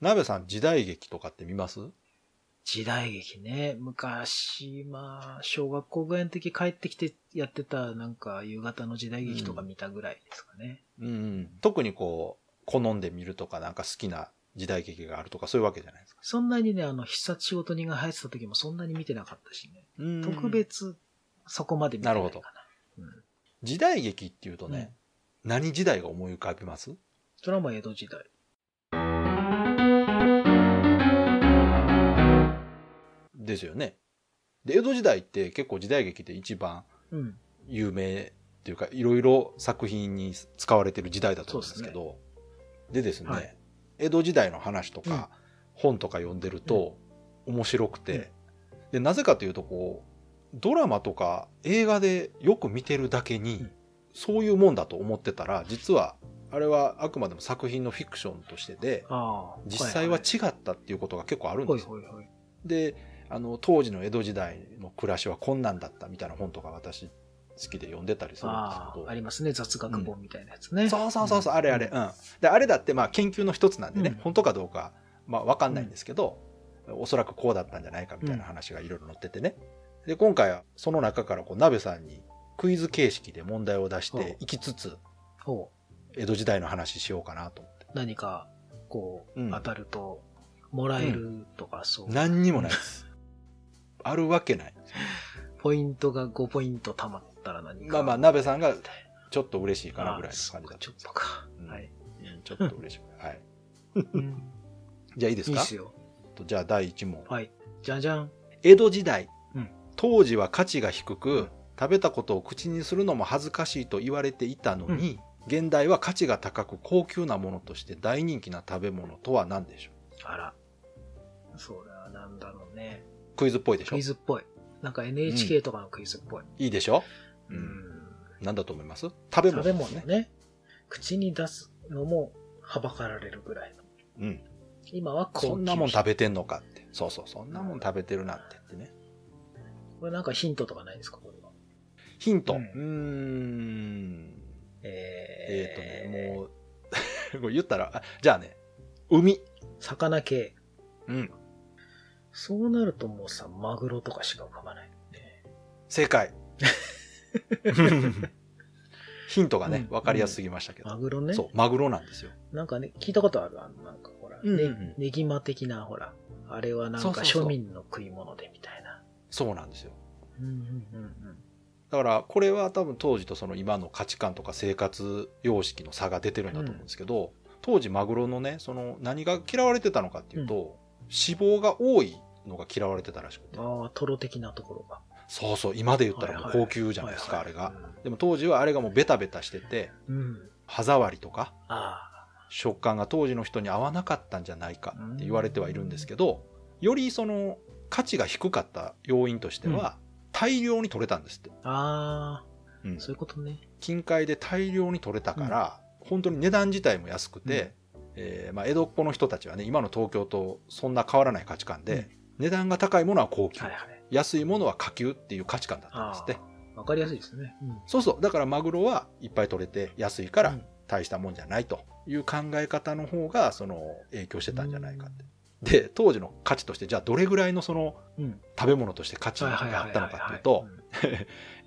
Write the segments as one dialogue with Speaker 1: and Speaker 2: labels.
Speaker 1: 鍋さん、時代劇とかって見ます
Speaker 2: 時代劇ね。昔、まあ、小学校ぐらいの時帰ってきてやってた、なんか、夕方の時代劇とか見たぐらいですかね。
Speaker 1: うん。特にこう、好んで見るとか、なんか好きな時代劇があるとか、そういうわけじゃないですか。
Speaker 2: そんなにね、あの、必殺仕事人が流行ってた時もそんなに見てなかったしね。
Speaker 1: うん
Speaker 2: 特。別、そこまで見てないかな。
Speaker 1: なるほ時代劇っていうとね、何時代が思い浮かびます
Speaker 2: ドラマ江戸時代。
Speaker 1: ですよね。で、江戸時代って結構時代劇で一番
Speaker 2: うん。
Speaker 1: 有名っていうか、いろいろ作品に使われてる時代だと思うんですけど、でですね、
Speaker 2: はい
Speaker 1: 江戸時代の話とか、本とか読んでると面白くて、で、なぜかというと、こう、ドラマとか映画でよく見てるだけに、
Speaker 2: うん
Speaker 1: そういうもんだと思ってたら、実は、あれはあくまでも作品のフィクションとしてで、
Speaker 2: ああ。
Speaker 1: 実際は違ったっていうことが結構あるん
Speaker 2: ほ
Speaker 1: で
Speaker 2: い
Speaker 1: すよ。
Speaker 2: ほいほい。
Speaker 1: であの当時の江戸時代の暮らしはこんなんだったみたいな本とか私好きで読んでたりするんです
Speaker 2: あ
Speaker 1: け
Speaker 2: あ、
Speaker 1: ど
Speaker 2: ありますね。雑学本みたいなやつね。
Speaker 1: そうそうそうそう、
Speaker 2: ん
Speaker 1: あれあれ。うんであれだってまあ研究の一つなんでね、
Speaker 2: うん
Speaker 1: 本当かどうかまあ分かんないんですけど、おそらくこうだったんじゃないかみたいな話がいろいろ載っててねで今回はその中からこう鍋さんにクイズ形式で問題を出し
Speaker 2: ほう
Speaker 1: ていきつつ
Speaker 2: ほ
Speaker 1: 江戸時代の話しようかなと思って
Speaker 2: う。何か、こう、
Speaker 1: うん
Speaker 2: 当たると、もらえるとか、そう。
Speaker 1: 何にもないですあるわけない
Speaker 2: ポイントが5ポイント貯まったら何
Speaker 1: ま
Speaker 2: か。
Speaker 1: あまあ
Speaker 2: み
Speaker 1: 鍋さんが
Speaker 2: たい
Speaker 1: ちょっと嬉しいかな
Speaker 2: な
Speaker 1: ぐらいの感じだった
Speaker 2: あそうかちょっとか
Speaker 1: う。ん
Speaker 2: はい。
Speaker 1: うんちょっと嬉しくない。はい。
Speaker 2: うん
Speaker 1: じゃあいいです
Speaker 2: いい
Speaker 1: か
Speaker 2: っすよ。
Speaker 1: とじゃあ第1問。
Speaker 2: はい。じゃじゃん。
Speaker 1: 江戸時代、
Speaker 2: うん
Speaker 1: 当時は価値が低く、
Speaker 2: うん
Speaker 1: 食べたことを口にするのも恥ずかしいと言われていたのに、現代は価値が高く高級なものとして大人気な食べ物とは何でしょ
Speaker 2: あら。そうだ、なんだろうね。
Speaker 1: うクイズっぽいでしょ
Speaker 2: クイズっぽい。なんか NHK とかのクイズっぽい。
Speaker 1: いいでしょう。
Speaker 2: うんん。
Speaker 1: なんだと思います食べ物
Speaker 2: 食べ物ね。口に出すのもはばかられるぐらいの。
Speaker 1: うん。
Speaker 2: 今は高級
Speaker 1: そんなもん食べてんのかって。そうそう、そんなもん食べてるなんてってね。
Speaker 2: これなんかヒントとかないですかこれは。
Speaker 1: ヒント。う
Speaker 2: う
Speaker 1: ー
Speaker 2: ん
Speaker 1: ん。えっ、
Speaker 2: え
Speaker 1: とね、
Speaker 2: ー、
Speaker 1: もう、こ れ言ったら、あじゃあね、海。
Speaker 2: 魚系。
Speaker 1: うん。
Speaker 2: そうなるともうさ、マグロとかしか浮かばない。
Speaker 1: 正 解。ヒントがね、
Speaker 2: うん
Speaker 1: わかりやすすぎましたけど。
Speaker 2: マグロね。
Speaker 1: そう、マグロなんですよ。
Speaker 2: なんかね、聞いたことあるあの、なんかほら、
Speaker 1: うんうんうん
Speaker 2: ね、ネギマ的な、ほら、あれはなん
Speaker 1: そう
Speaker 2: か
Speaker 1: そうそう
Speaker 2: 庶民の食い物でみたいな。
Speaker 1: そうなんですよ。
Speaker 2: うんうんうんうん。
Speaker 1: だから、これは多分当時とその今の価値観とか生活様式の差が出てるんだと思うんですけど、当時マグロのね、その何が嫌われてたのかっていうと、脂肪が多いのが嫌われてたらしくて。
Speaker 2: ああ、トロ的なところが。
Speaker 1: そうそう、今で言ったらもう
Speaker 2: はいはい
Speaker 1: 高級じゃないですか、あれが。。
Speaker 2: はいはい
Speaker 1: でも当時はあれがもうベタベタしてて、
Speaker 2: うん。うん
Speaker 1: 歯触りとか、
Speaker 2: あ
Speaker 1: 食感が当時の人に合わなかったんじゃないかって言われてはいるんですけど、よりその価値が低かった要因としては、大量に取れたんですって、
Speaker 2: あ。ああ、
Speaker 1: うん
Speaker 2: そういうことね。
Speaker 1: 近海で大量に取れたから、本当に値段自体も安くて、えーまあ、江戸っ子の人たちはね今の東京とそんな変わらない価値観で、値段が高いものは高級、
Speaker 2: はいはい。
Speaker 1: 安いものは下級っていう価値観だったんです
Speaker 2: あ
Speaker 1: って
Speaker 2: あ。わかりやすいですね。うん。
Speaker 1: そうそうだからマグロはいっぱい取れて安いから
Speaker 2: うん
Speaker 1: 大したもんじゃないという考え方の方がその影響してたんじゃないかって。で当時の価値としてじゃあどれぐらいのその
Speaker 2: うん。
Speaker 1: 食べ物として価値
Speaker 2: はい
Speaker 1: が
Speaker 2: はいはいはい
Speaker 1: あ
Speaker 2: はい。
Speaker 1: ったのかっていうと
Speaker 2: ん、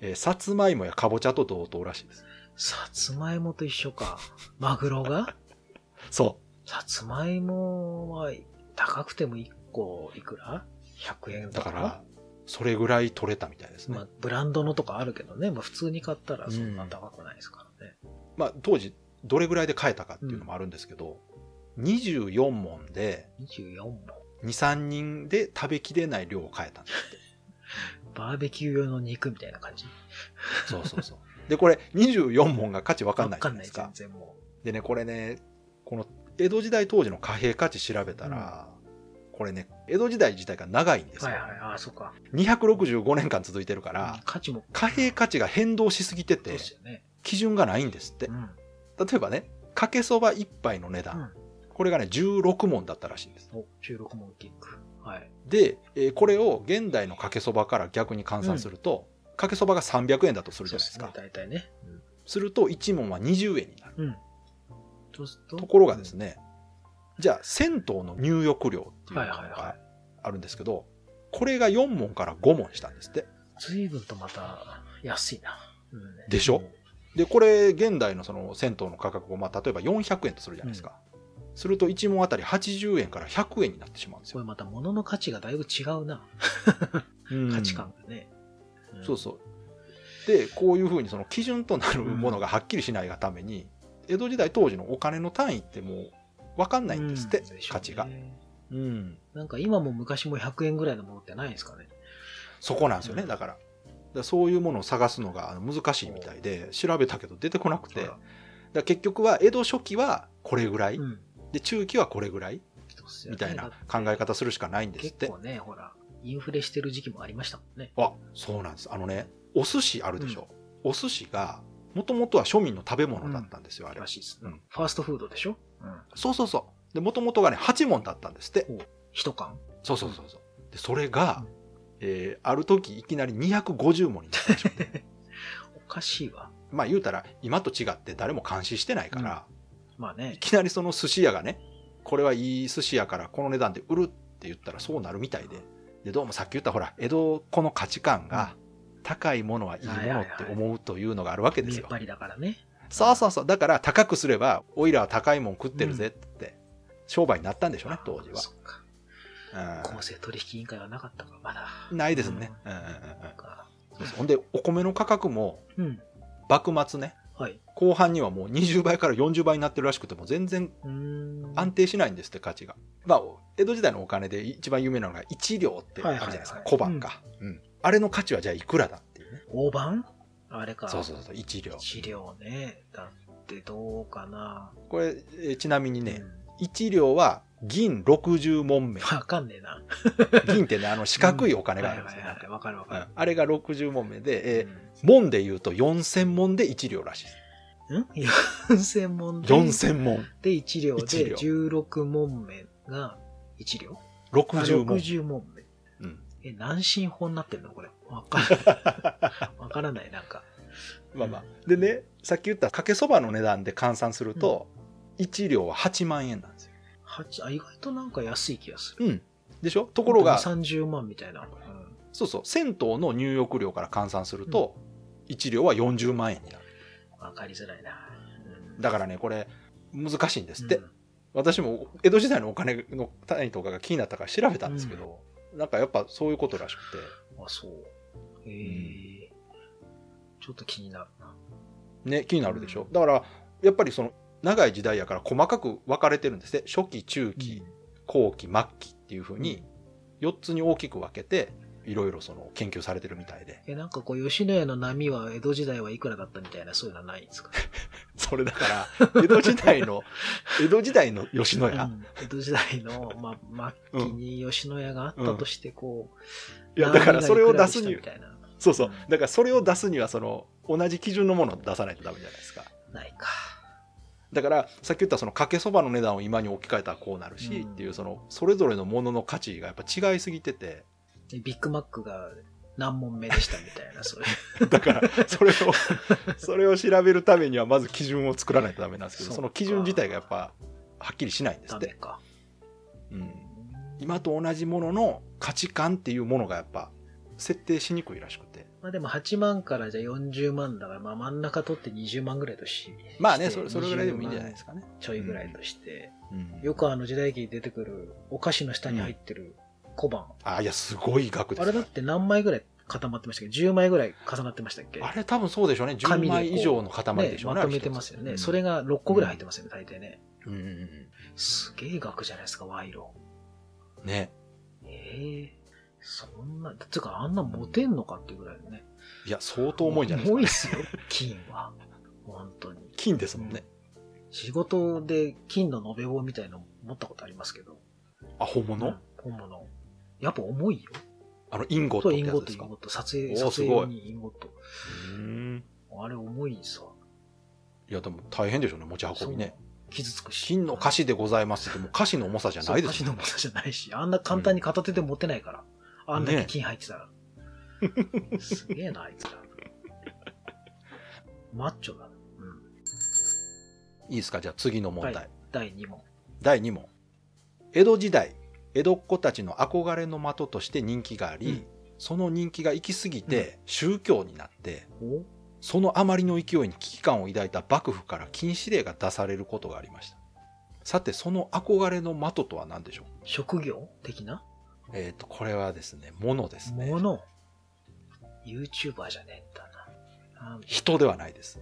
Speaker 1: えーさつまいもやかぼちゃと同等らしいです。
Speaker 2: さつまいもと一緒か。マグロが
Speaker 1: そ
Speaker 2: さつまいもは高くても1個いくら ?100 円
Speaker 1: う
Speaker 2: と
Speaker 1: だ
Speaker 2: か
Speaker 1: からそれぐらい取れたみたいですね。
Speaker 2: まあ、ブランドのとかあるけどね、まあ、普通に買ったらそんな高くないですからね。
Speaker 1: まあ当時どれぐらいで買えたかっていうのもあるんですけど、24問で
Speaker 2: 24本。
Speaker 1: 23人で食べきれない量を買えたんです。
Speaker 2: バーベキュー用の肉みたいな感じ。
Speaker 1: そうそうそう。でこれ24問が価値わかんないじゃないですか
Speaker 2: わ。全然も
Speaker 1: でね、これね、この江戸時代当時の貨幣価値調べたら、これね、江戸時代自体が長いんで
Speaker 2: う。
Speaker 1: す
Speaker 2: は
Speaker 1: よ。
Speaker 2: いはい。ああ、そっか。
Speaker 1: 265年間続いてるから、
Speaker 2: 価値も。
Speaker 1: 貨幣価値が変動しすぎて
Speaker 2: そう
Speaker 1: て
Speaker 2: で、すよね。
Speaker 1: 基準がないんですって
Speaker 2: う。ん。
Speaker 1: 例えばね、かけそば1杯の値
Speaker 2: う
Speaker 1: 段、
Speaker 2: ん。
Speaker 1: これがね、16問だったらしいんです。
Speaker 2: お、16問キック。はい。
Speaker 1: で、えーこれを現代のかけそばから逆に換算すると、かけそばが300円だとするじゃないです
Speaker 2: ね
Speaker 1: か。。
Speaker 2: 大体ね。
Speaker 1: すると1問は20円になる。
Speaker 2: うん。そうすると。
Speaker 1: ところがです
Speaker 2: ね。
Speaker 1: ね、じゃあ銭湯の入浴料っていうの
Speaker 2: はいはいは
Speaker 1: があるんですけどこれが4問から5問したんですって
Speaker 2: 随分とまた安いな。うん
Speaker 1: でしょでこれ現代のその銭湯の価格を、まあ、例えば400円とするじゃないですか、すると1問あたり80円から100円になってしまうんです
Speaker 2: こ
Speaker 1: よ
Speaker 2: れまた物の価値がだいぶ違うな。価値観がね。ん
Speaker 1: そうそう。で、こういうふうにその基準となるものがはっきりしないがために、江戸時代当時のお金の単位ってもう分かんないんですって、
Speaker 2: うん
Speaker 1: 価値が
Speaker 2: でしょ。うね
Speaker 1: うん。
Speaker 2: なんか今も昔も100円ぐらいのものってないんですかね。
Speaker 1: そこなんですよね、
Speaker 2: うん
Speaker 1: だから。だからそういうものを探すのがあの難しいみたいで、調べたけど出てこなくて、だ
Speaker 2: ほ
Speaker 1: からら結局は江戸初期はこれぐらい、
Speaker 2: うん。
Speaker 1: で、中期はこれぐらい
Speaker 2: そうっすよね
Speaker 1: みたいな考え方するしかないんですっ
Speaker 2: 結
Speaker 1: て
Speaker 2: 構。ね、ほら、インフレしてる時期もありましたもんね。
Speaker 1: あ、そうなんです。あのね、お寿司あるでしょ。お寿司が、もともとは庶民の食べ物だったんですよ、あれ
Speaker 2: ら。しいです
Speaker 1: う
Speaker 2: ね
Speaker 1: ん。
Speaker 2: ファーストフードでしょうん。
Speaker 1: そうそうそう。で、もともとがね、8問だったんですって。
Speaker 2: 一缶。
Speaker 1: そうそうそうそう。で、それが、
Speaker 2: うん
Speaker 1: えーある時いきなり250問になったらしくて
Speaker 2: おかしいわ。
Speaker 1: まあ言うたら、今と違って誰も監視してないから、
Speaker 2: まあね
Speaker 1: い。きなりその寿司屋がね、これはいい寿司屋からこの値段で売るって言ったらそうなるみたいで。で、どうもさっき言ったほら、江戸この価値観が、高いものはいいものって思うというのがあるわけです
Speaker 2: 見えっ
Speaker 1: よ。
Speaker 2: 張りだからね。
Speaker 1: そうそうそう。だから高くすれば、おいらは高いもん食ってるぜって、商売になったんでしょうね、当時は
Speaker 2: そ。っか。
Speaker 1: うん
Speaker 2: 公正取引委員会はなかったか、まだ。
Speaker 1: ないですね。うんうんうんうん
Speaker 2: そっか
Speaker 1: そうそうほんで、お米の価格も、
Speaker 2: うん。
Speaker 1: 幕末ね、
Speaker 2: はい。
Speaker 1: 後半にはもう20倍から40倍になってるらしくて、もう全然
Speaker 2: うーん。
Speaker 1: 安定しないんですって、価値が。まあ、江戸時代のお金で一番有名なのが、一両ってあるじゃないですか、
Speaker 2: はいはいはい
Speaker 1: 小判か、うんあれの価値はじゃあいくらだっていうね。
Speaker 2: 大判あれか。
Speaker 1: そうそうそう、一両。
Speaker 2: 治療ね。だってどうかな。
Speaker 1: これ、えーちなみにね
Speaker 2: う、ん
Speaker 1: 一両は銀60文 目。
Speaker 2: わかんねえな。
Speaker 1: 銀ってね、あの四角いお金があ
Speaker 2: はい
Speaker 1: るんで
Speaker 2: はい
Speaker 1: すよ。
Speaker 2: はい。わかるわか
Speaker 1: う
Speaker 2: る
Speaker 1: ん。あれが60文目で、えー
Speaker 2: うん
Speaker 1: 門で言うと4000文で一両らしいです。
Speaker 2: ん ?4000 問で。
Speaker 1: 4000文。
Speaker 2: で、1両で
Speaker 1: 一両
Speaker 2: 16問目が1両
Speaker 1: 60文。
Speaker 2: 60問目。
Speaker 1: うん
Speaker 2: え、何進法になってんのこれ。わから ん。わからない、なんか。
Speaker 1: まあまあ。でね、さっき言ったかけそばの値段で換算すると、1両は8万円なんですよ。
Speaker 2: 八あ、意外となんか安い気がする。
Speaker 1: うん。でしょところが、
Speaker 2: 30万みたいな。
Speaker 1: そうそう、銭湯の入浴料から換算すると、1両は40万円になる。
Speaker 2: うんわかりづらいな。うん
Speaker 1: だからね、これ、難しいんですって。
Speaker 2: うん
Speaker 1: 私も江戸時代のお金の単位とかが気になったから調べたんですけど、なんかやっぱそういうことらしく
Speaker 2: あ、そう。えーちょっと気になるな。
Speaker 1: て、ね、気になるでしょだから、やっぱりその、長い時代やから細かく分かれてるんですね。初期、中期、後期末期っていうふうに4つに大きく分けていろいろその研究されてるみたいで
Speaker 2: え、なんかこう、吉野家の波は江戸時代はいくらだったみたいな、そういうのはないんですか
Speaker 1: それだから江戸時代の江戸時代の吉野
Speaker 2: う
Speaker 1: 家、
Speaker 2: ん江戸時代の、 まあ、末期に吉野家があったとして、こう、
Speaker 1: いやだからそれを出す
Speaker 2: 何がい
Speaker 1: に
Speaker 2: くらでしたみたい
Speaker 1: そうそうだからそれを出すにはその同じ基準のものを出さないとダメじゃないですか
Speaker 2: な。ないか。
Speaker 1: だからさっき言ったそのかけそばの値段を今に置き換えたらこうなるし、
Speaker 2: うん
Speaker 1: っていうそのそれぞれのものの価値がやっぱ違いすぎてて
Speaker 2: でビッグマックが何問目でしたみた いな、そういう。
Speaker 1: だからそ れをそれを調べるためにはまず基準を作らないとダメなんですけどその基準自体がやっぱはっきりしないんです
Speaker 2: ダ
Speaker 1: っ
Speaker 2: メ
Speaker 1: て、
Speaker 2: か。
Speaker 1: うん、今と同じものの価値観っていうものがやっぱ設定しにくいらしくて
Speaker 2: まあでも8万からじゃあ40万だから、まあ真ん中取って20万ぐらいとし、
Speaker 1: まあね
Speaker 2: して
Speaker 1: それそれぐらいでもいいんじゃないです
Speaker 2: 20
Speaker 1: かね、
Speaker 2: 万ちょいぐらいとして、
Speaker 1: うん
Speaker 2: よくあの時代劇に出てくるお菓子の下に入ってる小判。
Speaker 1: あいやすごい額です
Speaker 2: あれだって何枚ぐらい固まってましたっけど、10枚ぐらい重なってましたっけ
Speaker 1: あれ多分そうでしょうね
Speaker 2: 紙
Speaker 1: 10
Speaker 2: でこう
Speaker 1: 枚以上の塊で
Speaker 2: ね
Speaker 1: しょう
Speaker 2: ま
Speaker 1: ね
Speaker 2: とめてますよね、それ
Speaker 1: が、
Speaker 2: が6個ぐらい入ってますよね、大抵ね。
Speaker 1: うんうんうん
Speaker 2: すげえ額じゃないですか、賄賂。
Speaker 1: うんね
Speaker 2: ええそんな、つうかあんなモテんのかっていうぐらいのね。
Speaker 1: いや相当重いんじゃないですか、ね
Speaker 2: 重いっ、すよ、金は。本当に。
Speaker 1: 金ですもんね
Speaker 2: 仕事で金の延べ棒みたいの持ったことありますけど。
Speaker 1: あ本物、
Speaker 2: うん本物。やっぱ重いよ。
Speaker 1: あのインゴット
Speaker 2: そ
Speaker 1: って
Speaker 2: う、イン
Speaker 1: や
Speaker 2: ゴ
Speaker 1: つ
Speaker 2: ッ
Speaker 1: です
Speaker 2: ト、イン
Speaker 1: か
Speaker 2: ゴット。撮影、
Speaker 1: おー
Speaker 2: 撮
Speaker 1: す
Speaker 2: 影
Speaker 1: ごい
Speaker 2: 用にインゴット。
Speaker 1: うん
Speaker 2: あれ重いんすわ。
Speaker 1: いやでも大変でしょうね持ち運びね
Speaker 2: そう。傷つくし。
Speaker 1: 金の菓子でございますってもう菓子の重さじゃないです
Speaker 2: そう菓子の
Speaker 1: よ
Speaker 2: 重さじゃないし、あんな簡単に片手で持てないから。あんだけ金入ってたら。すげえな、あいつら。マッチョだな。うん。
Speaker 1: いいですかじゃあ次の問題、
Speaker 2: はい第2問。
Speaker 1: 第2問江戸時代江戸っ子たちの憧れの的として人気があり、
Speaker 2: うん
Speaker 1: その人気が行き過ぎて宗教になって、
Speaker 2: お
Speaker 1: そのあまりの勢いに危機感を抱いた幕府から禁止令が出されることがありましたさてその憧れの的とは何でしょう
Speaker 2: 職業的な
Speaker 1: えっ、とこれはですね物ですね
Speaker 2: もの ?YouTuber じゃねえんだな。なん
Speaker 1: 人ではないです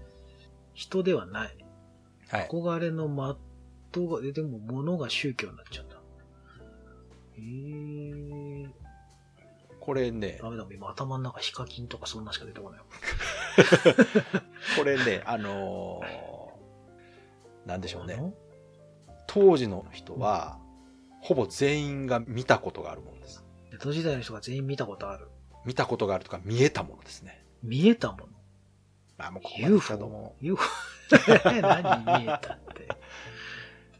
Speaker 2: 人ではない。
Speaker 1: はい
Speaker 2: 憧れのまっとうが、え、でも物が宗教になっちゃった。えー、
Speaker 1: これね
Speaker 2: ダメだ、今頭の中ヒカキンとかそんなしか出てこないわ。
Speaker 1: これね あのー、なんでしょうね
Speaker 2: 物
Speaker 1: 当時の人はほぼ全員が見たことがあるものです
Speaker 2: 江戸時代の人が全員見たことある。
Speaker 1: 見たことがあるとか見えたものですね
Speaker 2: 見えたもの
Speaker 1: まあもうここまで来たと
Speaker 2: ?UFO
Speaker 1: も
Speaker 2: ?UFO? 何 見えたって。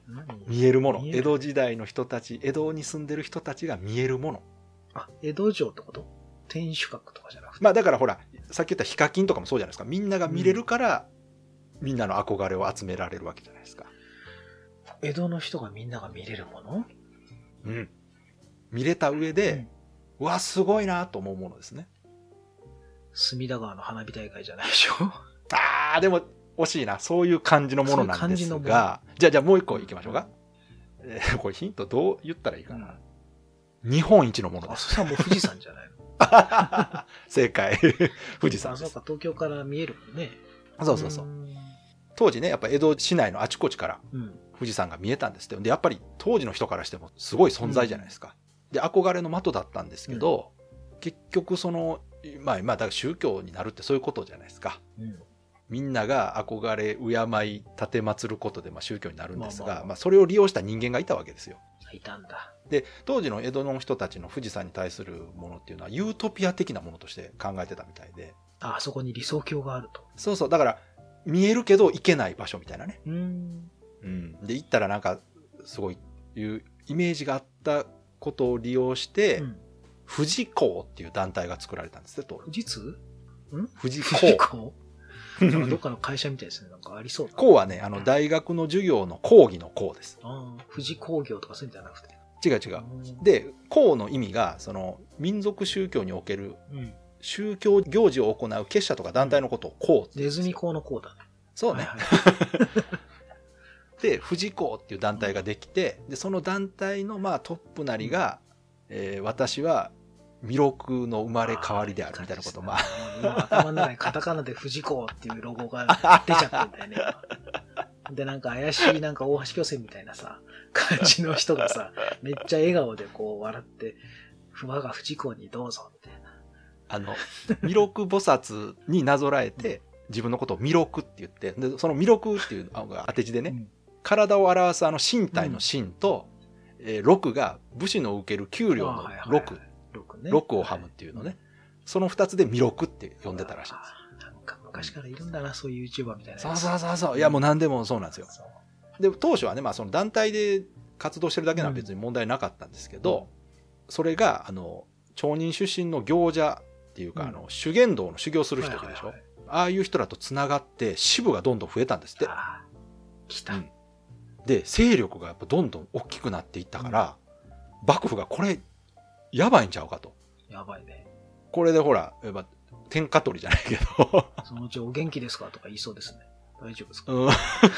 Speaker 2: 何
Speaker 1: 見えるもの
Speaker 2: 見える
Speaker 1: 江戸時代の人たち江戸に住んでる人たちが見えるもの
Speaker 2: あ、江戸城ってこと天守閣とかじゃなくて。
Speaker 1: まあだからほらさっき言ったヒカキンとかもそうじゃないですかみんなが見れるから、みんなの憧れを集められるわけじゃないですか
Speaker 2: 江戸の人がみんなが見れるもの
Speaker 1: うん見れた上で、うわすごいなと思うものですね
Speaker 2: 隅田川の花火大会じゃないでしょ
Speaker 1: あーでも惜しいなそういう感じのものなんです
Speaker 2: そういう
Speaker 1: が
Speaker 2: 感
Speaker 1: じゃあじゃあもう一個いきましょうか、えーこれヒントどう言ったらいいかな、日本一のもので
Speaker 2: あ、
Speaker 1: す
Speaker 2: そしたらもう富士山じゃない の
Speaker 1: 正解 富士山
Speaker 2: あ、
Speaker 1: で
Speaker 2: そう
Speaker 1: す
Speaker 2: か、東京から見えるもんね。
Speaker 1: そうそうそう
Speaker 2: ーん。
Speaker 1: 当時ねやっぱ江戸市内のあちこちから
Speaker 2: うん。
Speaker 1: 富士山が見えたんですってでやっぱり当時の人からしてもすごい存在じゃないですか、で憧れの的だったんですけど、結局そのまあまあだから宗教になるってそういうことじゃないですか
Speaker 2: うん。
Speaker 1: みんなが憧れ敬い奉ることでまあ宗教になるんですが、
Speaker 2: まあ
Speaker 1: ま
Speaker 2: ま
Speaker 1: あ
Speaker 2: あ
Speaker 1: それを利用した人間がいたわけですよ
Speaker 2: いたんだ。
Speaker 1: で当時の江戸の人たちの富士山に対するものっていうのはユートピア的なものとして考えてたみたいで
Speaker 2: あ、あそこに理想郷があると。
Speaker 1: そうそうだから見えるけど行けない場所みたいなね、
Speaker 2: うーん。
Speaker 1: うん、で行ったらなんかすごいいうイメージがあったことを利用して、
Speaker 2: うん。
Speaker 1: 富士港っていう団体が作られたんですね当時
Speaker 2: 富士通
Speaker 1: 富士
Speaker 2: 富士
Speaker 1: 港
Speaker 2: 港 なんかどっかの会社みたいですね。なんかありそうだ。
Speaker 1: 港はねあの大学の授業の講義の講です
Speaker 2: ああ、富士工業とかそういうんじゃなくて。
Speaker 1: 違う違う
Speaker 2: う
Speaker 1: で公の意味がその民族宗教における
Speaker 2: んうん。
Speaker 1: 宗教行事を行う結社とか団体のことを公って言う
Speaker 2: ネ
Speaker 1: んです
Speaker 2: ズ
Speaker 1: よ
Speaker 2: ミ講の講だね。
Speaker 1: そうね、
Speaker 2: はいはい
Speaker 1: で富士公っていう団体ができてでその団体のまあトップなりが、えー私は弥勒の生まれ変わりであるみたいなことをまあ
Speaker 2: うん今頭の中にカタカナで藤子っていうロゴが出ちゃったんだよ ね。今で、なんか怪しいなんか大橋巨泉みたいなさ、感じの人がさ、めっちゃ笑顔でこう笑って、我が藤子にどうぞみたいな。
Speaker 1: あの弥勒菩薩になぞらえて自分のことを弥勒って言ってでその弥勒っていうのが当て字でね、
Speaker 2: うん
Speaker 1: 体を表すあの身体の身と、えー禄が武士の受ける給料の
Speaker 2: あーはいはい
Speaker 1: 禄、
Speaker 2: 六ね。
Speaker 1: 禄をはむっていうのね、その2つで弥勒って呼んでたらしいです。
Speaker 2: あーなんか昔からいるんだな、そういう YouTuber みたいなやつ。
Speaker 1: そうそうそうそういやもう何でもそうなんですよ。
Speaker 2: そう
Speaker 1: で当初はね、まあ、その団体で活動してるだけなら別に問題なかったんですけど、それがあの町人出身の行者っていうか、
Speaker 2: うん
Speaker 1: あの修験道の修行する人いるでしょ、
Speaker 2: はいはいはい
Speaker 1: ああいう人らとつながって支部がどんどん増えたんですって
Speaker 2: あー来た。
Speaker 1: うんで勢力がやっぱどんどん大きくなっていったから、幕府がこれやばいんちゃうかと
Speaker 2: やばいね。
Speaker 1: これでほらやっぱ天下取りじゃないけど
Speaker 2: そのうちお元気ですかとか言いそうですね。大丈夫ですか
Speaker 1: うん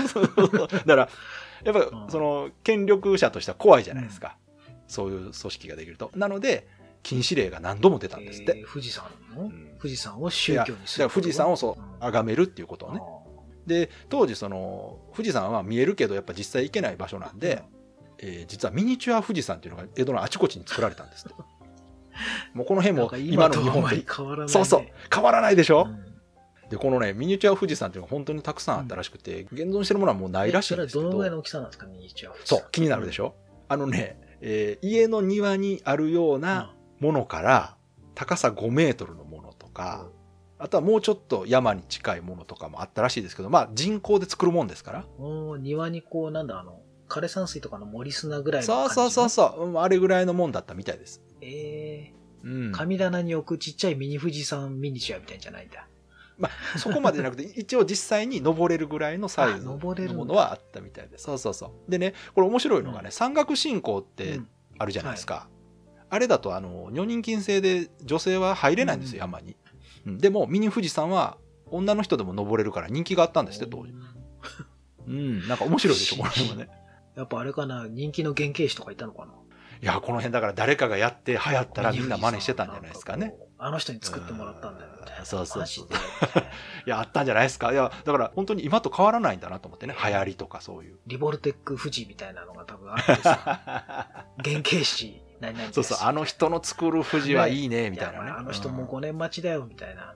Speaker 1: だから、やっぱ
Speaker 2: う、ん
Speaker 1: その、権力者としては怖いじゃないですか。そういう組織ができると。なので、禁止令が何度も出たんですって。
Speaker 2: えー富士山の、
Speaker 1: うん
Speaker 2: 富士山を宗教にす
Speaker 1: いやだか
Speaker 2: る
Speaker 1: ら富士山をそう、
Speaker 2: ん
Speaker 1: 崇めるっていうことをね。で、当時、その、富士山は見えるけど、やっぱ実際行けない場所なんで、えー実はミニチュア富士山っていうのが江戸のあちこちに作られたん ですって。もうこの
Speaker 2: う
Speaker 1: 辺
Speaker 2: んなん
Speaker 1: も
Speaker 2: か
Speaker 1: 今
Speaker 2: 今
Speaker 1: の
Speaker 2: と
Speaker 1: 日
Speaker 2: あん
Speaker 1: 本
Speaker 2: ま
Speaker 1: で
Speaker 2: り、変わらない、ね、
Speaker 1: そうそう、変わらないでしょ、
Speaker 2: ん
Speaker 1: で、このね、ミニチュア富士山っていうのが本当にたくさんあったらしくて、現存してるものはもうないらしいんですけ
Speaker 2: それはどのぐらい
Speaker 1: ど、
Speaker 2: の大きさなんですかミニチュア富士
Speaker 1: そ
Speaker 2: 山
Speaker 1: う、気になるでしょ、あのね、えー家の庭にあるよう
Speaker 2: うん
Speaker 1: なものから、高さ5メートルのものとか、あとはもうちょっと山に近いものとかもあったらしいですけど、まあ人工で作るもんですから。
Speaker 2: おー庭にこうなんだあの枯山水とかの森砂ぐらいの
Speaker 1: そ
Speaker 2: 感
Speaker 1: う
Speaker 2: じ
Speaker 1: そうそうそう、うんあれぐらいのもんだったみたいです。
Speaker 2: え
Speaker 1: うん
Speaker 2: ー、神棚に置くちっちゃいミニ富士山ミニチュアみたいんじゃないんだ
Speaker 1: まあ、そこまでじゃなくて、一応実際に登れるぐらいのサイズ
Speaker 2: あ
Speaker 1: の
Speaker 2: 登れるんだ
Speaker 1: ものはあったみたいで。そうそうそう。でね、これ面白いのがね、
Speaker 2: う
Speaker 1: 山岳信仰って
Speaker 2: うん
Speaker 1: あるじゃないですか。あれだと、あの、女人禁制で女性は入れないんですよ、
Speaker 2: うん
Speaker 1: 山に。うんでも、ミニ富士山は女の人でも登れるから人気があったんですって、当時。うん、なんか面白いでしょ、これもね。
Speaker 2: やっぱあれかな、人気の原型師とかいたのかな。
Speaker 1: いや、この辺だから誰かがやって流行ったらみんな真似してたんじゃないですかね。
Speaker 2: こう。あの人に作ってもらったんだよ、みたいな。
Speaker 1: そうそうそう
Speaker 2: マジで
Speaker 1: いや、あったんじゃないですか。いや、だから本当に今と変わらないんだなと思ってね、流行りとかそういう。
Speaker 2: リボルテック富士みたいなのが多分あって さ、 原型師、何々です。
Speaker 1: そうそう、あの人の作る富士はいいね、みたいなね。
Speaker 2: やあの人も
Speaker 1: うん
Speaker 2: 5年待ちだよ、みたいな。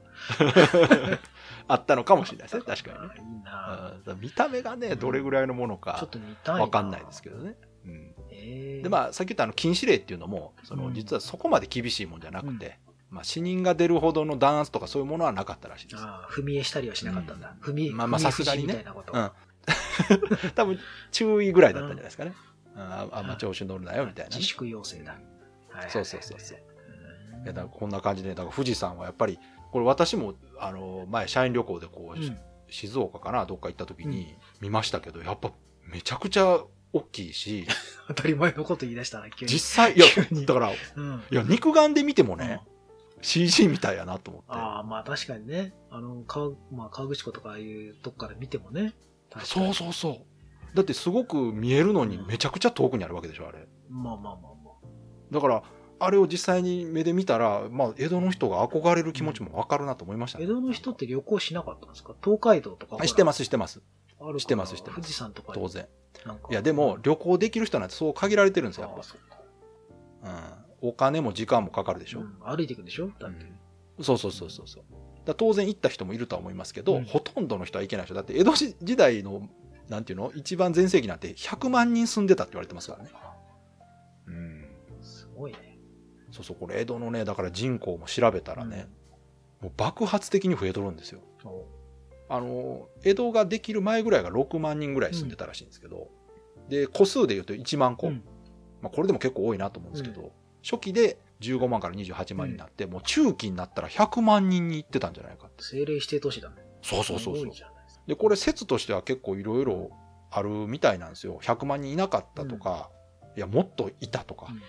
Speaker 1: あったのかもしれないですね、確かにね。
Speaker 2: に。いいな
Speaker 1: うん見た目がね、どれぐらいのもの
Speaker 2: ちょっ
Speaker 1: か
Speaker 2: と似たい。
Speaker 1: わかんないですけどね。うん
Speaker 2: えー
Speaker 1: で、まあ、さっき言ったあの禁止令っていうのも、そうの
Speaker 2: ん
Speaker 1: 実はそこまで厳しいもんじゃなくて、まあ、死人が出るほどの弾圧とかそういうものはなかったらしいです。
Speaker 2: ああ踏み絵したりはしなかったんだ。踏み絵、
Speaker 1: まあまあ
Speaker 2: 踏み絵
Speaker 1: さすがにね
Speaker 2: みたいなこと。
Speaker 1: うん多分注意ぐらいだったんじゃないですかね。うんああんま調子乗るなよみたいなね、
Speaker 2: 自粛要請だ。はい
Speaker 1: そうそうそうそう。
Speaker 2: うん
Speaker 1: いやだからこんな感じで、だから富士山はやっぱり、これ私もあの前、社員旅行でこう、
Speaker 2: うん
Speaker 1: 静岡かな、どっか行った時に見ましたけど、やっぱめちゃくちゃ大きいし、
Speaker 2: 当たり前のこと言い出したな、急に。
Speaker 1: 実際、いや
Speaker 2: 急に、
Speaker 1: だから、い
Speaker 2: うん。
Speaker 1: や、肉眼で見てもね、CG みたいやなと思って。
Speaker 2: ああ、まあ確かにね。あの、川、まあ川口湖とかああいうとこから見てもね。確か
Speaker 1: そ
Speaker 2: に
Speaker 1: うそうそう。だってすごく見えるのに
Speaker 2: うん
Speaker 1: めちゃくちゃ遠くにあるわけでしょ、あれ。
Speaker 2: まあまあまあま
Speaker 1: だから、あれを実際に目で見たら、まあ、江戸の人が憧れる気持ちもわかるなと思いました
Speaker 2: あ。
Speaker 1: ね、
Speaker 2: 江戸の人って旅行しなかったんですか東海道とか。。
Speaker 1: あ知ってますす、知ってます。
Speaker 2: あるから
Speaker 1: 知ってます知ってます
Speaker 2: 富士山とかに
Speaker 1: 当。然。
Speaker 2: なんか
Speaker 1: いや、でも、、旅行できる人なんてそう限られてるんですよ、やっ
Speaker 2: あ
Speaker 1: ぱ
Speaker 2: あそっか
Speaker 1: うん、お金も時間もかかるでしょ、
Speaker 2: うん歩いていくんでしょだって。
Speaker 1: そうそうそうそうそうだから当然行った人もいるとは思いますけど、
Speaker 2: うん
Speaker 1: ほとんどの人は行けないでしょだって江戸時時代のなんていうの一番全盛期なんて100万人住んでたって言われてますからねうん
Speaker 2: すごいね。
Speaker 1: そうそうこれ江戸のねだから人口も調べたらね、もう爆発的に増えとるんですよ
Speaker 2: うん。おう
Speaker 1: あの江戸ができる前ぐらいが6万人ぐらい住んでたらしいんですけど、で個数でいうと1万個、
Speaker 2: うん
Speaker 1: まあ、これでも結構多いなと思うんですけど、初期で15万から28万になって、もう中期になったら100万人に行ってたんじゃないかって
Speaker 2: 政令指定都市だね。
Speaker 1: そうそうそう
Speaker 2: す
Speaker 1: そ
Speaker 2: ご
Speaker 1: う
Speaker 2: いじゃないですか
Speaker 1: でこれ説としては結構いろいろあるみたいなんですよ100万人いなかったとか、いやもっといたとか、
Speaker 2: うん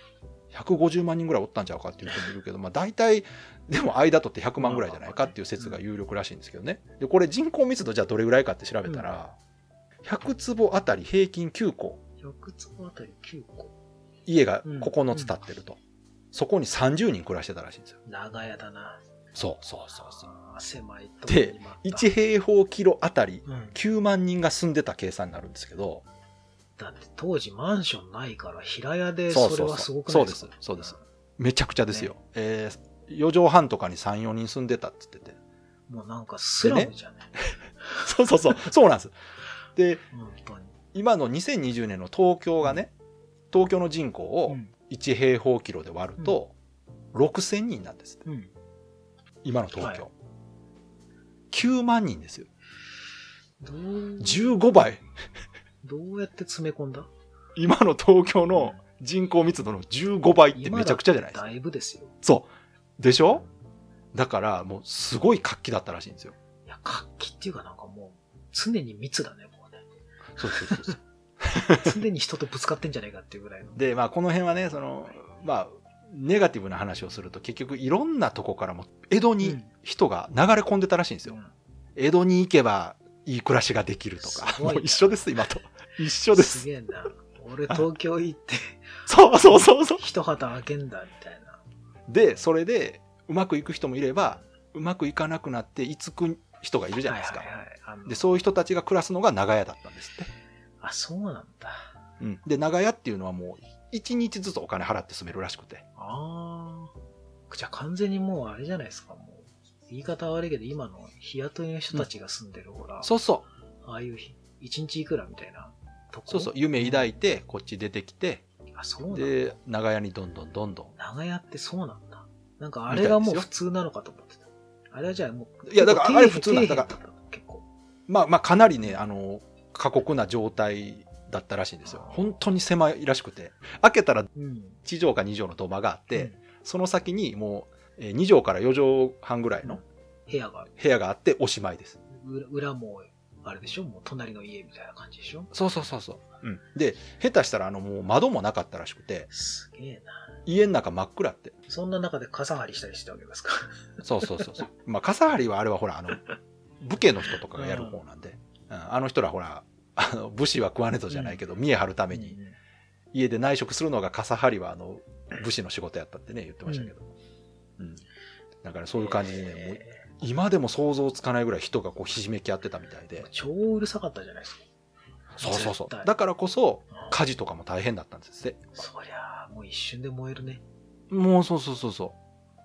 Speaker 1: 150万人ぐらいおったんちゃうかっていう人もいるけど、まあ、大体でも間取って100万ぐらいじゃないかっていう説が有力らしいんですけどねでこれ人口密度じゃあどれぐらいかって調べたら、100坪あたり平均9個
Speaker 2: 100坪あたり9個。
Speaker 1: 家が
Speaker 2: うん
Speaker 1: 9つ建ってると、そこに30人暮らしてたらしいんですよ
Speaker 2: 長屋だな。
Speaker 1: そうそうそうそう。
Speaker 2: ああ、狭いとこ
Speaker 1: で
Speaker 2: にまた
Speaker 1: 1平方キロあたり
Speaker 2: うん。
Speaker 1: 9万人が住んでた計算になるんですけど、
Speaker 2: だって当時マンションないから平屋で
Speaker 1: そうそう
Speaker 2: それ
Speaker 1: そう
Speaker 2: はすごくないですか
Speaker 1: そうですそうめちゃくちゃですよ。えー、4畳半とかに3、4人住んでたって言ってて。
Speaker 2: うんもうなんかスラムじゃね
Speaker 1: そうそうそう、そうなんです。で、
Speaker 2: 本当に。
Speaker 1: 今の2020年の東京がね、東京の人口
Speaker 2: う
Speaker 1: を
Speaker 2: ん
Speaker 1: 1平方キロで割ると、6000人なんですって。
Speaker 2: うん。
Speaker 1: 今の東
Speaker 2: は
Speaker 1: 京。9万人ですよ。
Speaker 2: どう、
Speaker 1: 15倍。
Speaker 2: どうやって詰め込んだ
Speaker 1: 今の東京の人口密度の15倍ってめちゃくちゃじゃないですか
Speaker 2: だいぶですよ。
Speaker 1: そう。でしょだから、もうすごい活気だったらしいんですよ。
Speaker 2: いや、活気っていうかなんかもう、常に密だね、もうね。
Speaker 1: そうそうそうそう。
Speaker 2: 常に人とぶつかってんじゃないかっていうぐらいの。
Speaker 1: で、まあ、この辺はね、その、まあ、ネガティブな話をすると、結局いろんなとこからも、江戸
Speaker 2: う
Speaker 1: に
Speaker 2: ん
Speaker 1: 人が流れ込んでたらしいんですよ。
Speaker 2: うん
Speaker 1: 江戸に行けば、いい暮らしができるとか
Speaker 2: す、ご
Speaker 1: も
Speaker 2: いな
Speaker 1: う一緒です、今 と。一緒ですす。
Speaker 2: げえな。俺東京行って、
Speaker 1: そうそうそうそう。
Speaker 2: 一旗あげんだ、みたいな。
Speaker 1: で、それで、うまくいく人もいれば、うまくいかなくなって、いつく人が いるじゃないですか
Speaker 2: はい。はいはい。あの
Speaker 1: で、そういう人たちが暮らすのが長屋だったんですって。
Speaker 2: あ、そうなんだ。
Speaker 1: うん、で長屋っていうのはもう1日ずつお金払って住めるらしくて
Speaker 2: ああ。じゃあ完全にもうあれじゃないですか、もう。言い方悪いけど、今の日雇いの人たちが住んでる、ほら、
Speaker 1: そうそ
Speaker 2: ああいう日一日いくらみたいなとこ
Speaker 1: うそうそう夢抱いてこっち出てきて
Speaker 2: あ、そうなんだ。
Speaker 1: で長屋にどんどんどんど
Speaker 2: 長屋ってそうなんだ。なんかあれがもう普通なのかと思ってた。あれはじゃあもう。
Speaker 1: いやだから
Speaker 2: 結構
Speaker 1: あれ普通なんだ
Speaker 2: 底辺だったの結構。
Speaker 1: んまあまあかなりねあの過酷な状態だったらしいんですよ本当に狭いらしくて開けたら
Speaker 2: うん。
Speaker 1: 1畳か2畳の土間があって、その先にもう2畳から4畳半ぐらいの
Speaker 2: 部屋がある。
Speaker 1: 部屋があっておしまいです。
Speaker 2: 裏裏も、あれでしょもう隣の家みたいな感じでしょ
Speaker 1: そうそうそうそう。うん、で、下手したらあのもう窓もなかったらしくて、
Speaker 2: すげえな。
Speaker 1: 家の中真っ暗って。
Speaker 2: そんな中で傘張りしたりしてたわけですか。
Speaker 1: そうそうそうそう。 まあ、傘張りはあれはほら、あの、武家の人とかがやる方なんで、うん、あの人らほら、あの武士は食わねとじゃないけど、見え張るために、
Speaker 2: うん
Speaker 1: 家で内職するのが傘張りはあの、武士の仕事やったってね、言ってましたけど。うん。だからそういう感じでね、もう
Speaker 2: え
Speaker 1: 今でも想像つかないぐらい人がこうひじめき合ってたみたい
Speaker 2: ー
Speaker 1: で、
Speaker 2: 超うるさかったじゃないですか。
Speaker 1: そうそうそう
Speaker 2: 絶対。
Speaker 1: だからこそ、火事とかも大変だったんですって。
Speaker 2: そりゃあ、もう一瞬で燃えるね。
Speaker 1: もうそうそうそうそ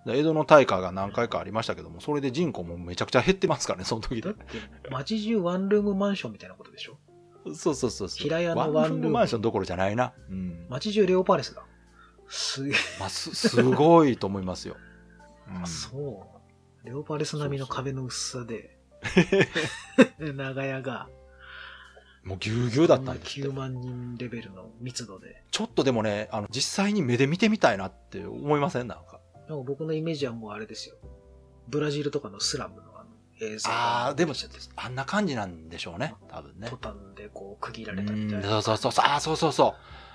Speaker 1: う。で江戸の大火が何回かありましたけども、それで人口もめちゃくちゃ減ってますからね、その時
Speaker 2: だっ
Speaker 1: で
Speaker 2: て。、街中ワンルームマンションみたいなことでしょ
Speaker 1: そうそうそうそう。
Speaker 2: 平屋のワンルーム
Speaker 1: マンションどころじゃないな。うん。
Speaker 2: 街中レオパレスだ。すげえ、
Speaker 1: まあ、す、すごいと思いますよ。うん
Speaker 2: そう。レオパレス並みの壁の薄 さで、長屋が、
Speaker 1: もうぎゅうぎゅうだったんですって
Speaker 2: 9万人レベルの密度で。
Speaker 1: ちょっとでもね、あの、実際に目で見てみたいなって思いませんなんか。
Speaker 2: なんか僕のイメージはもうあれですよ。ブラジルとかのスラムのあの映像
Speaker 1: ああ、でも
Speaker 2: ちょっと、
Speaker 1: あんな感じなんでしょうね、多分ね
Speaker 2: ト。タンでこう区切ら
Speaker 1: う
Speaker 2: れたみたい
Speaker 1: ん
Speaker 2: な。
Speaker 1: そうそうそうそう、ああ、そうそうそう。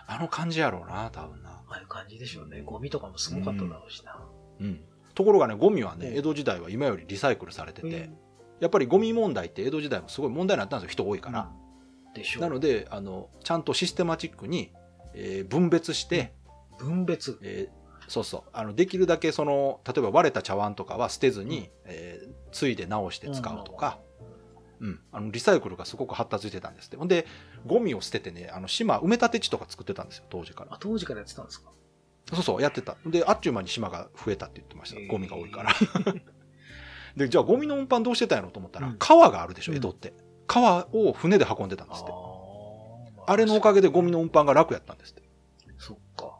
Speaker 1: あの感じやろうな、多分な。
Speaker 2: ああいう感じでしょうね。ゴミとかもすごかっただろうしな。
Speaker 1: うん。ところがね、ゴミはね
Speaker 2: う、ん
Speaker 1: 江戸時代は今よりリサイクルされて
Speaker 2: う
Speaker 1: て
Speaker 2: ん、
Speaker 1: やっぱりゴミ問題って江戸時代もすごい問題になったんですよ、人多いから。
Speaker 2: うんでしょう。
Speaker 1: なのであのちゃんとシステマチックに、えー分別して、
Speaker 2: 分別。
Speaker 1: えーそうそうあのできるだけその例えば割れた茶碗とかは捨てずに、えーついで直して使うとか、うんあのリサイクルがすごく発達してたんですってほんでゴミを捨ててねあの島埋め立て地とか作ってたんですよ当時から
Speaker 2: あ、当時からやってたんですか
Speaker 1: そうそうやってたほんであっちゅう間に島が増えたって言ってましたゴミが多いから。 でじゃあゴミの運搬どうしてたんやろうと思ったら、
Speaker 2: うん
Speaker 1: 川があるでしょ
Speaker 2: うん
Speaker 1: 江戸って、川を船で運んでたんですって
Speaker 2: あ
Speaker 1: あれのおか
Speaker 2: げ。
Speaker 1: げでゴミの運搬が楽やったんですって
Speaker 2: そっか。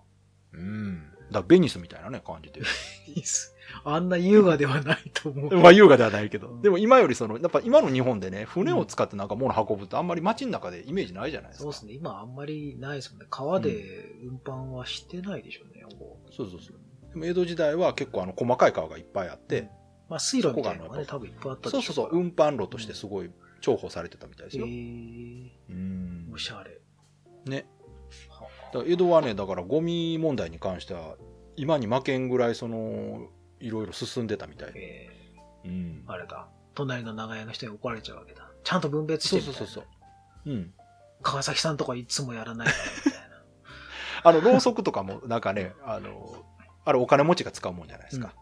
Speaker 1: うん。だからベニスみたいなね、感じで。
Speaker 2: いいっす。あんな優雅ではないと思う。
Speaker 1: まあ優雅ではないけど。
Speaker 2: うん
Speaker 1: でも今よりその、やっぱ今の日本でね、船を使ってなんか物運ぶってあんまり街の中でイメージないじゃないです
Speaker 2: そ
Speaker 1: か。
Speaker 2: うですね。今あんまりないですもんね。川で運搬はしてないでしょうね、ほぼ
Speaker 1: そうそうそう。でも江戸時代は結構あの細かい川がいっぱいあって、
Speaker 2: まあ水路みたいなのがね、
Speaker 1: そ
Speaker 2: 多分いっぱいあったでし
Speaker 1: そ
Speaker 2: ょ
Speaker 1: うそうそう、運搬路としてすごい重宝されてたみたいですよ。
Speaker 2: へ
Speaker 1: うん
Speaker 2: えおしゃれ。
Speaker 1: ね。
Speaker 2: はあ
Speaker 1: だから江戸はね、だからゴミ問題に関しては、今に負けんぐらいその、いろいろ進んでたみたいで。
Speaker 2: え
Speaker 1: う
Speaker 2: え
Speaker 1: ん
Speaker 2: あれだ。隣の長屋の人に怒られちゃうわけだ。ちゃんと分別して
Speaker 1: そう
Speaker 2: み
Speaker 1: そ
Speaker 2: たいうな。
Speaker 1: そうそう。うん。
Speaker 2: 川崎さんとかいつもやらないからみたいな。
Speaker 1: あの、ろうそくとかも、なんかね、あの、あれお金持ちが使うもんじゃないですか。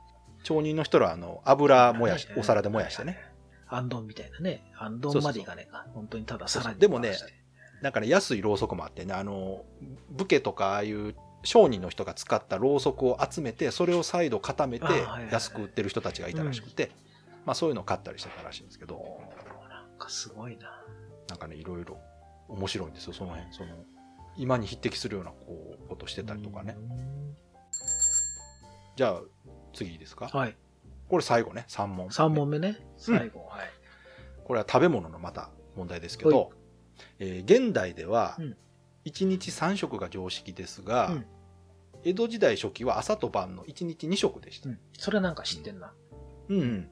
Speaker 1: 町人の人ら、あの、油燃やし、お皿で燃やしてね。。
Speaker 2: あんどんみたいなね。あんどんまでいかねえか。本当にただ
Speaker 1: そうそう
Speaker 2: 皿に
Speaker 1: でもね
Speaker 2: 回して
Speaker 1: なんかね、安いろうそくもあってね、あの、武家とかああいう商人の人が使ったろうそくを集めて、それを再度固めて
Speaker 2: あはいはいは、い
Speaker 1: 安く売ってる人たちがいたらしくて、まあそういうのを買ったりしてたらしいんですけど、
Speaker 2: おーなんかすごいな。
Speaker 1: なんかね、いろいろ面白いんですよ、その辺。その、今に匹敵するような、こう、ことしてたりとかね。
Speaker 2: うん。
Speaker 1: じゃあ、次いいですか
Speaker 2: はい。
Speaker 1: これ最後ね、3問。
Speaker 2: 3問目ね。最後。はい。
Speaker 1: これは食べ物のまた問題ですけど、
Speaker 2: はい
Speaker 1: えー現代では
Speaker 2: うん
Speaker 1: 1日3食が常識ですが、
Speaker 2: うん
Speaker 1: 江戸時代初期は朝と晩の1日2食でした、
Speaker 2: うん。それなんか知ってんな。
Speaker 1: うんうん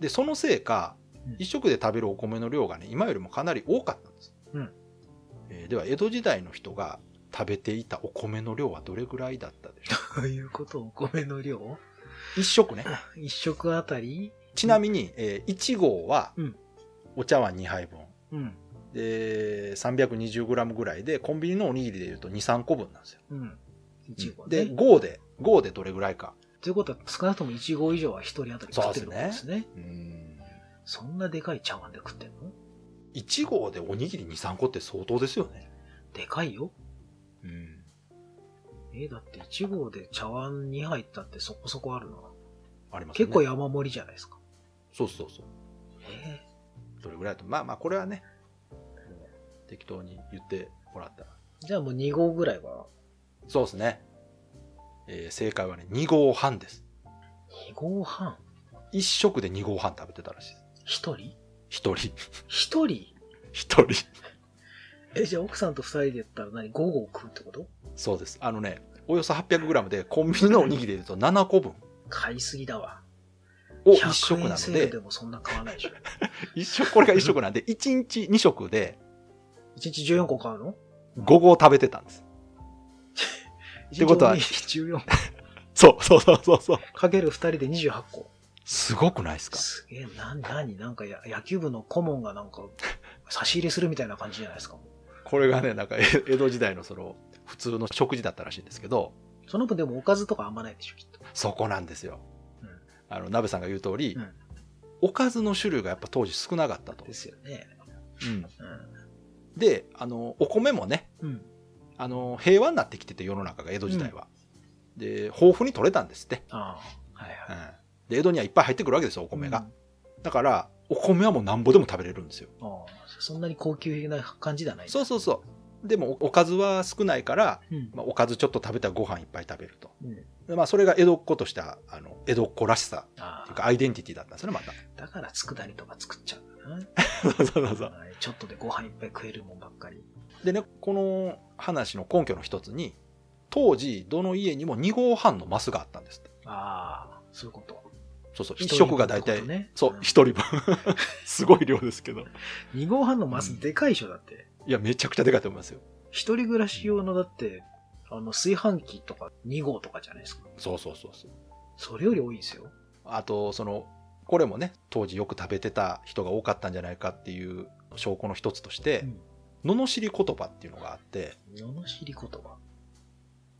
Speaker 1: でそのせいか
Speaker 2: うん
Speaker 1: 1食で食べるお米の量がね今よりもかなり多かったんです、
Speaker 2: うん
Speaker 1: えーでは江戸時代の人が食べていたお米の量はどれぐらいだったでしょ
Speaker 2: ということ、お米の量
Speaker 1: う一食ね
Speaker 2: 一食あたり
Speaker 1: ちなみに、え1合は
Speaker 2: うん
Speaker 1: お茶碗2杯分
Speaker 2: うん。
Speaker 1: で 320g ぐらいでコンビニのおにぎりでいうと23個分なんですよ
Speaker 2: うん。一合
Speaker 1: で
Speaker 2: ね。
Speaker 1: 5で5でどれぐらいか
Speaker 2: ということは、少なくとも1合以上は1人当たり食ってるってことですね。そんなでかい茶碗で食ってんの
Speaker 1: 1合でおにぎり23個って相当ですよね
Speaker 2: でかいよ。
Speaker 1: うん
Speaker 2: えーだって1合で茶碗2杯ったってそこそこあるな。
Speaker 1: ありますね
Speaker 2: 結構山盛りじゃないですか。
Speaker 1: そうそうそう
Speaker 2: え
Speaker 1: どれぐらいだとまあまあこれはねもう適当に言ってもらったら
Speaker 2: ーじゃあもう2合ぐらいは、
Speaker 1: そうですね、えー正解はね2合半です
Speaker 2: 2合半
Speaker 1: 1食で2合半食べてたらしいです
Speaker 2: 1人
Speaker 1: 1人
Speaker 2: ?1 人
Speaker 1: 1人
Speaker 2: え、じゃあ奥さんと2人でやったら何 ?5 合食うってこと
Speaker 1: そうですあのねおよそ 800g でコンビニのおにぎりで言うと7個分
Speaker 2: 買いすぎだわ。
Speaker 1: を1
Speaker 2: 100
Speaker 1: 食な
Speaker 2: 円
Speaker 1: の
Speaker 2: セール
Speaker 1: で
Speaker 2: で、もそんな買わないでしょ。
Speaker 1: 一食、これが1食 なんで、1日2食で
Speaker 2: 1日14個買うの
Speaker 1: 5合食べてたん です。てことは
Speaker 2: ?1 日14個。
Speaker 1: そうそうそうそうそう。
Speaker 2: かける2人で28個。
Speaker 1: すごくないですか
Speaker 2: すげえ、な、なに、なんかや野球部の顧問がなんか、差し入れするみたいな感じじゃないですか。
Speaker 1: これがね、なんか え江戸時代のその普通の食事だったらしいんですけど、
Speaker 2: その分でもおかずとかあんまないでしょ、きっと。
Speaker 1: そこなんですよ
Speaker 2: うん。
Speaker 1: あの、鍋さんが言う通り、
Speaker 2: うん
Speaker 1: おかずの種類がやっぱ当時少なかったと
Speaker 2: で。すよね。
Speaker 1: うんで、あの、お米もね、
Speaker 2: うん。うん。
Speaker 1: あの、平和になってきてて世の中が江戸時代は。で、豊富に取れたんですって。
Speaker 2: ああ、はいはい。
Speaker 1: で、江戸にはいっぱい入ってくるわけですよ、お米
Speaker 2: う
Speaker 1: が
Speaker 2: ん。。
Speaker 1: だから、お米はもうなんぼでも食べれるんですよ。
Speaker 2: ああそんなに高級な感じではない。
Speaker 1: そうそうそう。でも、おおかずは少ないから、
Speaker 2: うん。
Speaker 1: まあ、おかずちょっと食べたらご飯いっぱい食べると。
Speaker 2: うん。
Speaker 1: でまあ、それが江戸っ子とした、あの、江戸っ子らしさ
Speaker 2: あ
Speaker 1: という
Speaker 2: あ、
Speaker 1: か、アイデンティティだったんですね、また。
Speaker 2: だから佃煮とか作っちゃうんだ な。
Speaker 1: そうそうそう。
Speaker 2: はいちょっとでご飯いっぱい食えるもんばっかり。
Speaker 1: でね、この話の根拠の一つに、当時、どの家にも2合半のマスがあったんですって。
Speaker 2: ああ、そういうこと。
Speaker 1: そうそう、一食が大
Speaker 2: 一人分
Speaker 1: 体
Speaker 2: ってこと、ね
Speaker 1: そう、
Speaker 2: ん
Speaker 1: 一人分。 すごい量ですけど。
Speaker 2: 二合半のマスでかいでしょ、だって。
Speaker 1: いや、めちゃくちゃでかいと思いますよ。
Speaker 2: 一人暮らし用の、だって、あの、炊飯器とか2合とかじゃないですか。
Speaker 1: そうそうそうそう。
Speaker 2: それより多いんですよ。
Speaker 1: あと、その、これもね、当時よく食べてた人が多かったんじゃないかっていう証拠の一つとして、罵り言葉っていうのがあって、
Speaker 2: うん。罵り言葉。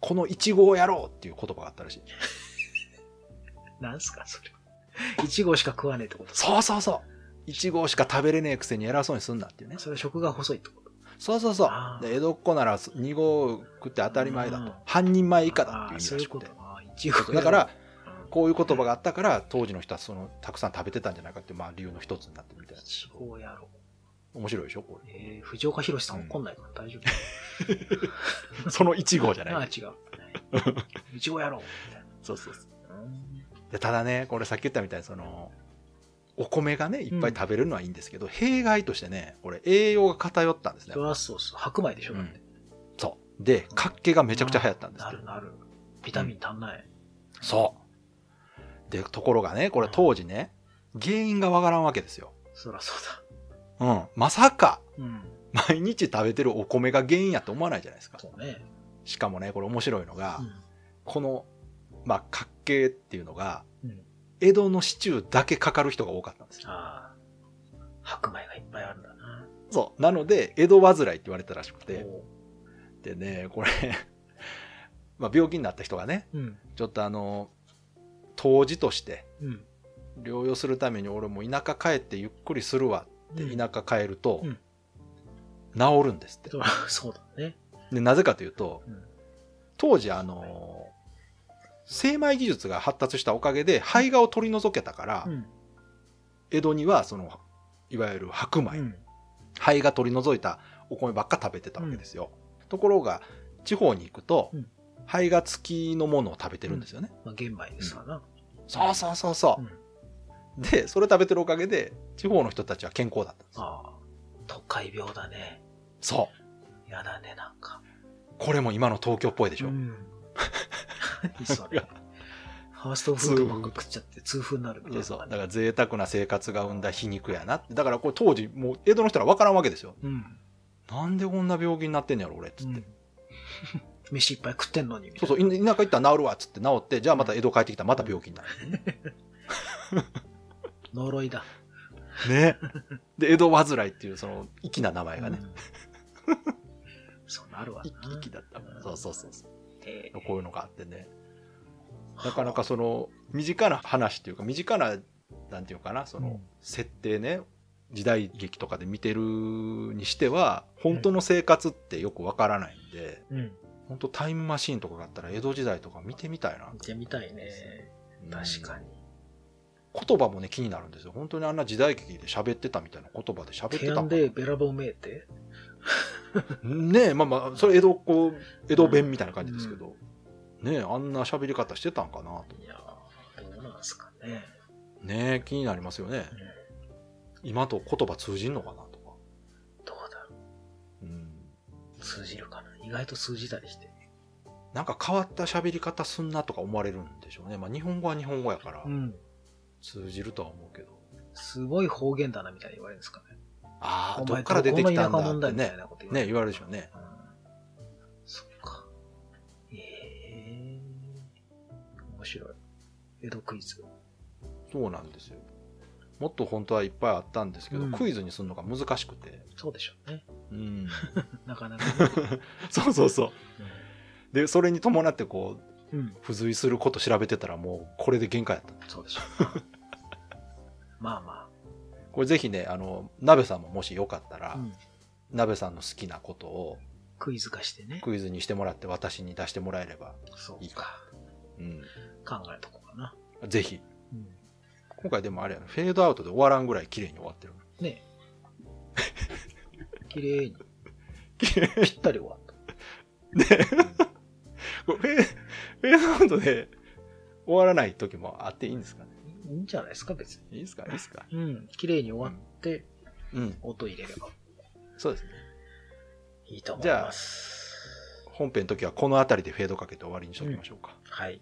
Speaker 1: この一合やろうっていう言葉があったらしい。
Speaker 2: なんすか、それ。1合しか食わねえってこと
Speaker 1: そうそうそう一合しか食べれねえくせに偉そうにすんなっていうね。
Speaker 2: それは食が細いってこと
Speaker 1: そうそうそう
Speaker 2: あ。ー
Speaker 1: で江戸っ子なら2合食って当たり前だ
Speaker 2: うん
Speaker 1: と。半人前以下だって
Speaker 2: あ
Speaker 1: いう
Speaker 2: あ
Speaker 1: 意味
Speaker 2: そう
Speaker 1: ら
Speaker 2: いう
Speaker 1: し
Speaker 2: こ
Speaker 1: く
Speaker 2: と
Speaker 1: て。
Speaker 2: ああ一合
Speaker 1: だから、
Speaker 2: うん
Speaker 1: こういう言葉があったから、当時の人はそのたくさん食べてたんじゃないかっていう、まあ、理由の一つになってるみたいな。
Speaker 2: 一合やろう。
Speaker 1: 面白いでしょこ
Speaker 2: えー、藤岡弘さん怒んないから大丈夫。
Speaker 1: れ。その1合じゃ
Speaker 2: ああ、
Speaker 1: ない。
Speaker 2: 違う。一合やろう。みたい
Speaker 1: そうそうそう
Speaker 2: な。うん
Speaker 1: でただね、これさっき言ったみたいに、その、お米がね、いっぱい食べれるのはいいんですけど、弊害としてね、これ栄養が偏ったんですね
Speaker 2: そ。れはそうそう。白米でしょ、だって。
Speaker 1: そう。で、活気がめちゃくちゃ流行ったんです
Speaker 2: な
Speaker 1: って
Speaker 2: るなる。ビタミン足んない。
Speaker 1: そう。で、ところがね、これ当時ね、原因がわからんわけですよ。
Speaker 2: そらそうだ。
Speaker 1: うん。まさか、
Speaker 2: うん。
Speaker 1: 毎日食べてるお米が原因やと思わないじゃないですか。
Speaker 2: そうね。
Speaker 1: しかもね、これ面白いのが、
Speaker 2: うん
Speaker 1: この、まあ、角形っていうのが、
Speaker 2: うん
Speaker 1: 江戸のシチューだけかかる人が多かったんですよ。
Speaker 2: ああ。白米がいっぱいあるんだな。
Speaker 1: そう。なので、江戸患いって言われたらしくて、
Speaker 2: お
Speaker 1: でね、これ、 まあ、病気になった人がね、
Speaker 2: ううん。
Speaker 1: ちょっとあの、当時として、
Speaker 2: うん。
Speaker 1: 療養するために俺も田舎帰ってゆっくりするわって
Speaker 2: うん
Speaker 1: 田舎帰ると、
Speaker 2: うん
Speaker 1: 治るんですって
Speaker 2: そらそうだね。
Speaker 1: でなぜかというと、
Speaker 2: うん
Speaker 1: 当時あの精米技術が発達したおかげで胚芽を取り除けたから、
Speaker 2: うん。
Speaker 1: 江戸にはそのいわゆる白米、
Speaker 2: うん。
Speaker 1: 灰が取り除いたお米ばっか食べてたわけですよ、ところが地方に行くと、
Speaker 2: うん
Speaker 1: 灰が付きのものを食べてるんですよね、
Speaker 2: まあ、玄米ですわな。
Speaker 1: そうそうそうそう、
Speaker 2: うん
Speaker 1: でそれ食べてるおかげで地方の人たちは健康だったんです
Speaker 2: ああ。都会病だね。
Speaker 1: そう
Speaker 2: やだね、なんか。
Speaker 1: これも今の東京っぽいでしょ、
Speaker 2: ん。何 それ。ファーストフードばっか食っちゃって痛風になるみたい
Speaker 1: そう
Speaker 2: な。
Speaker 1: そうだから贅沢な生活が生んだ皮肉やなってだからこれ当時もう江戸の人ら分からんわけですよ
Speaker 2: うん。
Speaker 1: なんでこんな病気になってんやろ俺っつ
Speaker 2: う
Speaker 1: って、
Speaker 2: ん。飯いっぱい食ってんのにみた
Speaker 1: そ
Speaker 2: いうな。
Speaker 1: そうい田舎行ったら治るわっつって治ってじゃあまた江戸帰ってきたらまた病気になる、
Speaker 2: 呪いだ。
Speaker 1: ねで江戸患いっていうその粋な名前がね、
Speaker 2: うん。 そうなるわな
Speaker 1: 粋。粋だったそうそうそうそう
Speaker 2: ええ
Speaker 1: こういうのがあってねなかなかその身近な話っていうか身近ななんていうかなそ
Speaker 2: うん
Speaker 1: の設定ね時代劇とかで見てるにしては本当の生活ってよくわからないんで、
Speaker 2: うん。
Speaker 1: 本当タイムマシーンとかがあったら江戸時代とか見てみたいな
Speaker 2: 見てみたいね。確かに。
Speaker 1: 言葉もね気になるんですよ本当にあんな時代劇で喋ってたみたいな言葉で喋って
Speaker 2: 提
Speaker 1: た
Speaker 2: 案
Speaker 1: ん
Speaker 2: でベラボーめいて。
Speaker 1: ねえまあまあそれ江戸っ子江戸弁みたいな感じですけど、ねえあんな喋り方してたんかなと
Speaker 2: いやーどうなんすかね。
Speaker 1: ねえ気になりますよね
Speaker 2: うん
Speaker 1: 今と言葉通じんのかなとか、
Speaker 2: どうだろ
Speaker 1: うん、
Speaker 2: う。通じるかな。意外と通じたりして。
Speaker 1: なんか変わった喋り方すんなとか思われるんでしょうねまあ日本語は日本語やから、
Speaker 2: ん。
Speaker 1: 通じるとは思うけど。
Speaker 2: すごい方言だなみたいに言われるんですかね。
Speaker 1: ああ、
Speaker 2: お
Speaker 1: ど
Speaker 2: 前
Speaker 1: っから出てきたん
Speaker 2: どこの田舎
Speaker 1: だっ
Speaker 2: 者
Speaker 1: て
Speaker 2: みた
Speaker 1: ね
Speaker 2: い。なこと
Speaker 1: ね、言われるで
Speaker 2: で
Speaker 1: しょうね。
Speaker 2: そっか。ええ面白い。江戸クイズ。
Speaker 1: そうなんですよ。もっと本当はいっぱいあったんですけど、
Speaker 2: うん
Speaker 1: クイズにするのが難しくて。
Speaker 2: そうでしょうね。
Speaker 1: うん。
Speaker 2: なかなかね、
Speaker 1: そうそうそう。で、それに伴ってこう、
Speaker 2: うん。うん
Speaker 1: 付随すること調べてたらもうこれで限界やった。
Speaker 2: そうでしょう。 まあま
Speaker 1: これぜひね、あの、鍋さんももしよかったら、
Speaker 2: あ、うん
Speaker 1: 鍋さんの好きなことを
Speaker 2: クイズ化してね。
Speaker 1: クイズにしてもらって私に出してもらえれば、
Speaker 2: そう
Speaker 1: いい
Speaker 2: か。
Speaker 1: うん。
Speaker 2: 考えとこうかな。
Speaker 1: ぜひ。
Speaker 2: うん、
Speaker 1: 今回でもあれやな、フェードアウトで終わらんぐらい綺麗に終わってる。
Speaker 2: ねえ。 綺麗に。
Speaker 1: 綺麗
Speaker 2: ぴったり終わった。
Speaker 1: ねこれフェーフェードアウトで終わらない時もあっていいんですかね
Speaker 2: いいんじゃないですか、別に。
Speaker 1: いいですかいいですか
Speaker 2: うん。綺麗に終わって、
Speaker 1: うん、
Speaker 2: 音入れれば
Speaker 1: そうですね。
Speaker 2: いいと思います。
Speaker 1: 本編の時はこの辺りでフェードかけて終わりにしておきましょうか。
Speaker 2: はい。